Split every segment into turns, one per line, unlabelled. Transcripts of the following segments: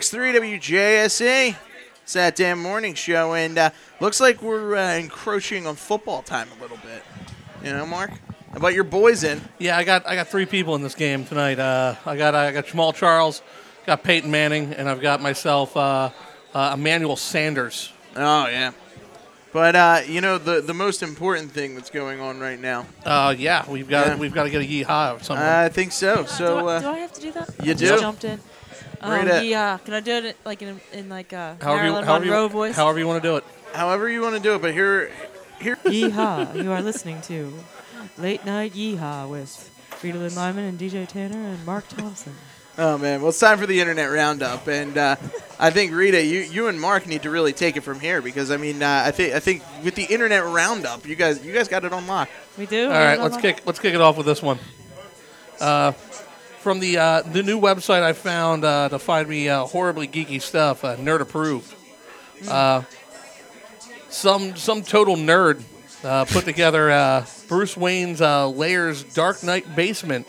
6.3 WJSA. It's that damn morning show, and uh, looks like we're uh, encroaching on football time a little bit. You know, Mark? How about your boys in?
Yeah, I got I got three people in this game tonight. Uh, I got I got Jamal Charles, got Peyton Manning, and I've got myself uh, uh, Emmanuel Sanders.
Oh, yeah. But, uh, you know, the, the most important thing that's going on right now.
Uh, yeah, we've got
Yeah. Uh,
we've got to get a yeehaw or something.
I think so. So,
do, I, do
uh,
I have to do that?
you do.
I Just jumped in.
Read
Um,
it.
yeah, can I do it like in, in like a
however you
Marilyn
however
Monroe
you,
voice?
however you want to do it.
however you want to do it, but here, here,
Yeehaw! you are listening to Late Night Yeehaw with Rita Lynn Lyman and DJ Tanner and Mark Thompson.
Oh man, well it's time for the internet roundup, and uh, I think Rita, you, you and Mark need to really take it from here because I mean, uh, I think I think with the internet roundup, you guys you guys got it on lock.
We do.
All right, let's kick let's kick it off with this one. Uh, from the uh, the new website I found uh, to find me uh, horribly geeky stuff, uh, nerd approved.
Hmm.
Uh, some some total nerd uh, put together uh, Bruce Wayne's uh, Layers Dark Knight basement,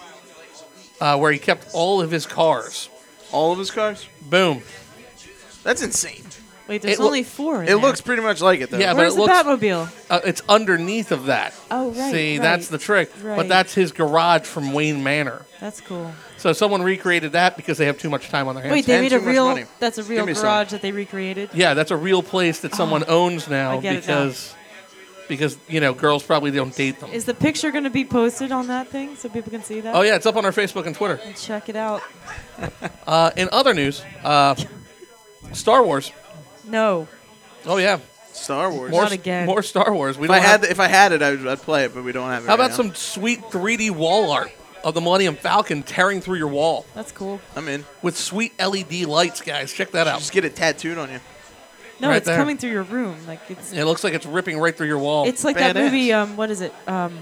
uh, where he kept all of his cars.
All of his cars.
Boom.
That's insane.
Wait, there's
It loo-
only four. In
It
there.
looks pretty much like it though.
Yeah,
Where's
but it
the
looks-
Batmobile?
Uh, it's underneath of that.
Oh, right,
See,
right,
that's the trick. But
right.
that's his garage from Wayne Manor.
That's cool.
So someone recreated that because they have too much time on their hands.
Wait,
and
they made a
too much
real.
money.
That's a real
me some.
garage that they recreated.
Yeah, that's a real place that someone owns now
Oh, I get it now.
because because you know girls probably don't date them.
Is the picture going to be posted on that thing so people can see that?
oh yeah, it's up on our Facebook and Twitter.
And check it out.
Uh, in other news, uh, Star Wars.
No,
Oh yeah,
Star Wars.
more
Not again.
more Star Wars. We
if I
don't have.
had if I had it, I would, I'd play it, but we don't have it.
how
right
about
now.
some sweet 3D wall art of the Millennium Falcon tearing through your wall
that's cool.
I'm in.
with sweet LED lights, guys? Check that out.
Just get it tattooed on you.
No,
Right
it's
there.
coming through your room. Like it's
It looks like it's ripping right through your wall.
it's like that
Badass.
movie. Um, what is it? Um,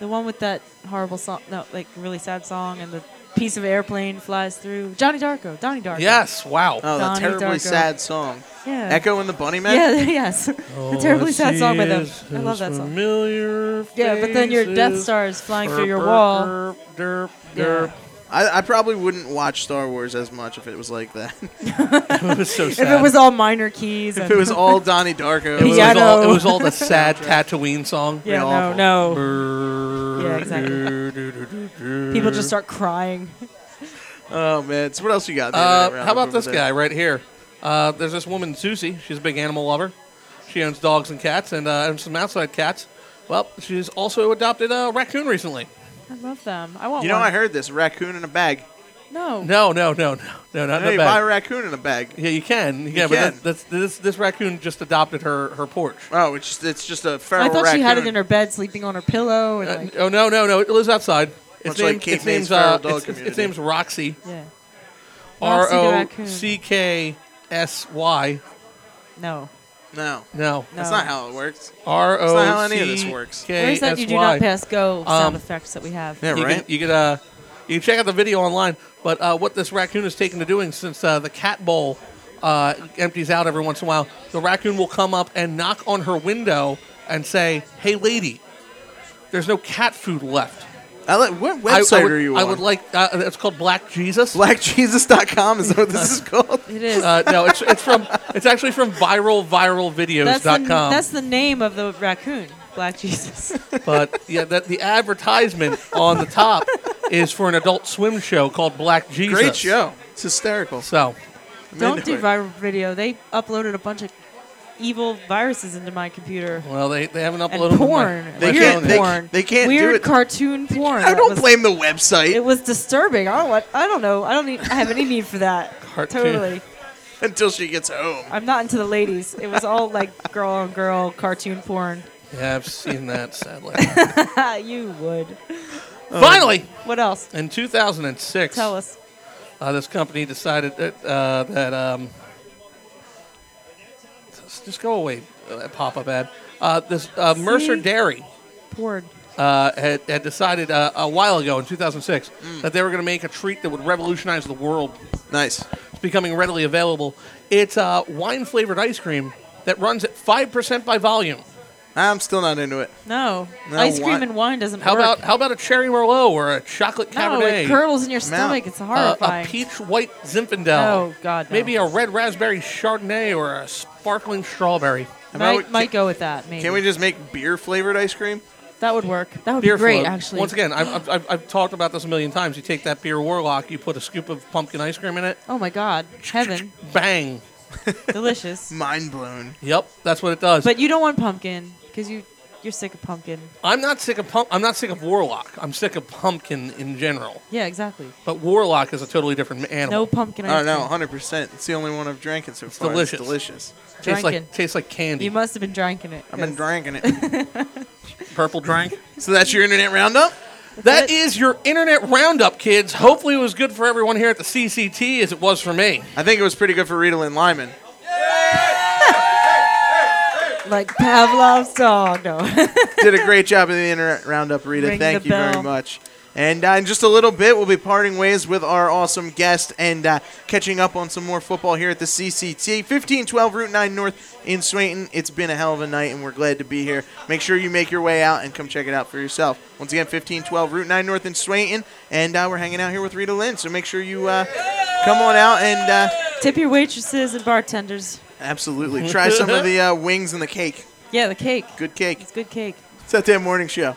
the one with that horrible song. No, like really sad song, and the piece of airplane flies through. Johnny Darko. Donnie Darko.
yes. Wow.
Oh, that
Donnie
terribly
Darko.
sad song.
Yeah.
Echo and the Bunny Man.
Yeah. Yes. the
Oh,
terribly sad song by them. I love that song. Yeah, but then your Death Star is flying through your wall. derp.
I, I probably wouldn't watch Star Wars as much if it was like that.
it was so
If
sad.
it was all minor keys.
if
and-
it was all Donnie Darko.
It was
Yeah, I
all, it
know.
was all the sad Tatooine song.
yeah.
awful.
No. No.
Yeah,
exactly. People just start crying.
Oh man, so what else you got? there?
Uh,
Right around
how about
over
this
there?
guy right here? Uh, there's this woman, Susie. She's a big animal lover. She owns dogs and cats and, uh, and some outside cats. Well, she's also adopted a raccoon recently.
I love them. I want
You know,
one.
I heard this raccoon in a bag.
No.
No, no, no, no, no, not in
Hey,
a
buy
bag.
a raccoon in a bag.
yeah, you can. You can, but
can.
that- that's, this, this raccoon just adopted her, her porch.
Oh, it's just, it's just a feral
I thought
raccoon.
she had it in her bed, sleeping on her pillow, and
Uh,
like,
oh, no, no, no. It lives outside.
Much
Its,
like
name,
Cape
its,
May's
name's,
feral
uh,
dog
it's, it's- its
community.
name's Roxy.
yeah.
R
Roxy the
O
raccoon.
C K S Y.
No.
No,
No.
that's
No.
not how it works.
R O C K S Y.
not how any of this works.
Where's that you do not pass go sound
Um,
effects that we have?
Yeah,
You
right.
can, you can, uh, you can check out the video online. But uh, what this raccoon is taken to doing since uh, the cat bowl uh, empties out every once in a while, the raccoon will come up and knock on her window and say, "Hey, lady, there's no cat food left."
I li- what
I- I
website
would-
are you
I
on?
would like. Uh, it's called Black Jesus.
BlackJesus.com is that what this is called.
It is.
Uh, no, it's, it's from it's actually from
that's, the,
viralviralvideos.com.
that's the name of the raccoon, Black Jesus.
But yeah, that the advertisement on the top is for an adult swim show called Black Jesus.
Great show. It's hysterical.
So
I'm
Don't
into
do
it.
viral video. They uploaded a bunch of evil viruses into my computer
well, they, they haven't
and
uploaded
porn.
My,
They
my
can't-
phone
they-
yet.
porn.
they can't do
Weird
it.
cartoon porn.
I
That
don't
was-
blame the
It
website
was disturbing. I don't want. I don't know. I don't need. I have any need for that.
Cartoon.
Totally.
until she gets home.
I'm not into the ladies. It was all like girl on girl cartoon porn.
Yeah, I've seen that sadly.
you would.
Finally,
What else?
in 2006,
Oh. Tell us.
Uh, this company decided that uh, that um, s- just go away, uh, pop-up ad. Uh, this uh, Mercer
See?
Dairy
Porn.
uh, had, had decided uh, a while ago in 2006
Mm.
that they were going to make a treat that would revolutionize the world.
Nice.
It's becoming readily available. It's uh, wine flavored ice cream that runs at 5% by volume.
I'm still not into it.
No,
No,
ice cream
wine-
and wine doesn't
How
work.
about how about a cherry merlot or a chocolate
no,
cabernet?
it curdles in your stomach. It's
Uh,
horrifying.
a peach white Zinfandel.
Oh, God, no.
Maybe a red raspberry Chardonnay or a sparkling strawberry.
How about we-
might, might go with that. Maybe
Can we just make beer flavored ice cream?
that would work. That would
Beer
be great,
float.
actually.
Once again, I've, I've- I've, I've talked about this a million times. You take that beer warlock, you put a scoop of pumpkin ice cream in it.
oh my God, heaven,
Bang.
delicious.
Mind blown.
Yep, that's what it does.
But you don't want pumpkin because you you're sick of pumpkin.
I'm not sick of pump. I'm not sick of warlock. I'm sick of pumpkin in general.
Yeah, exactly.
But warlock is a totally different animal.
No pumpkin ice
I don't know,
cream.
100%. It's the only one I've drank it so far.
delicious.
It's delicious.
tastes like
Drinking.
tastes like candy.
You must have been drinking it.
I've been
'cause-
drinking it.
Purple drink.
so that's your internet roundup?
That
it.
is your internet roundup, kids. Hopefully, it was good for everyone here at the CCT as it was for me.
I think it was pretty good for Riedel and Lyman.
like Pavlov's dog. No,
Did a great job in the internet roundup, Rita.
Ring
Thank
the
you very
bell.
much. And uh, in just a little bit, we'll be parting ways with our awesome guest and uh, catching up on some more football here at the CCT. 1512 Route 9 North in Swainton. It's been a hell of a night, and we're glad to be here. Make sure you make your way out and come check it out for yourself. Once again, 1512 Route 9 North in Swainton. And uh, we're hanging out here with Rita Lynn, so make sure you uh, come on out and uh,
tip your waitresses and bartenders.
absolutely try some of the uh, wings and the cake.
Yeah, the cake.
Good cake.
It's good cake.
It's that damn morning show.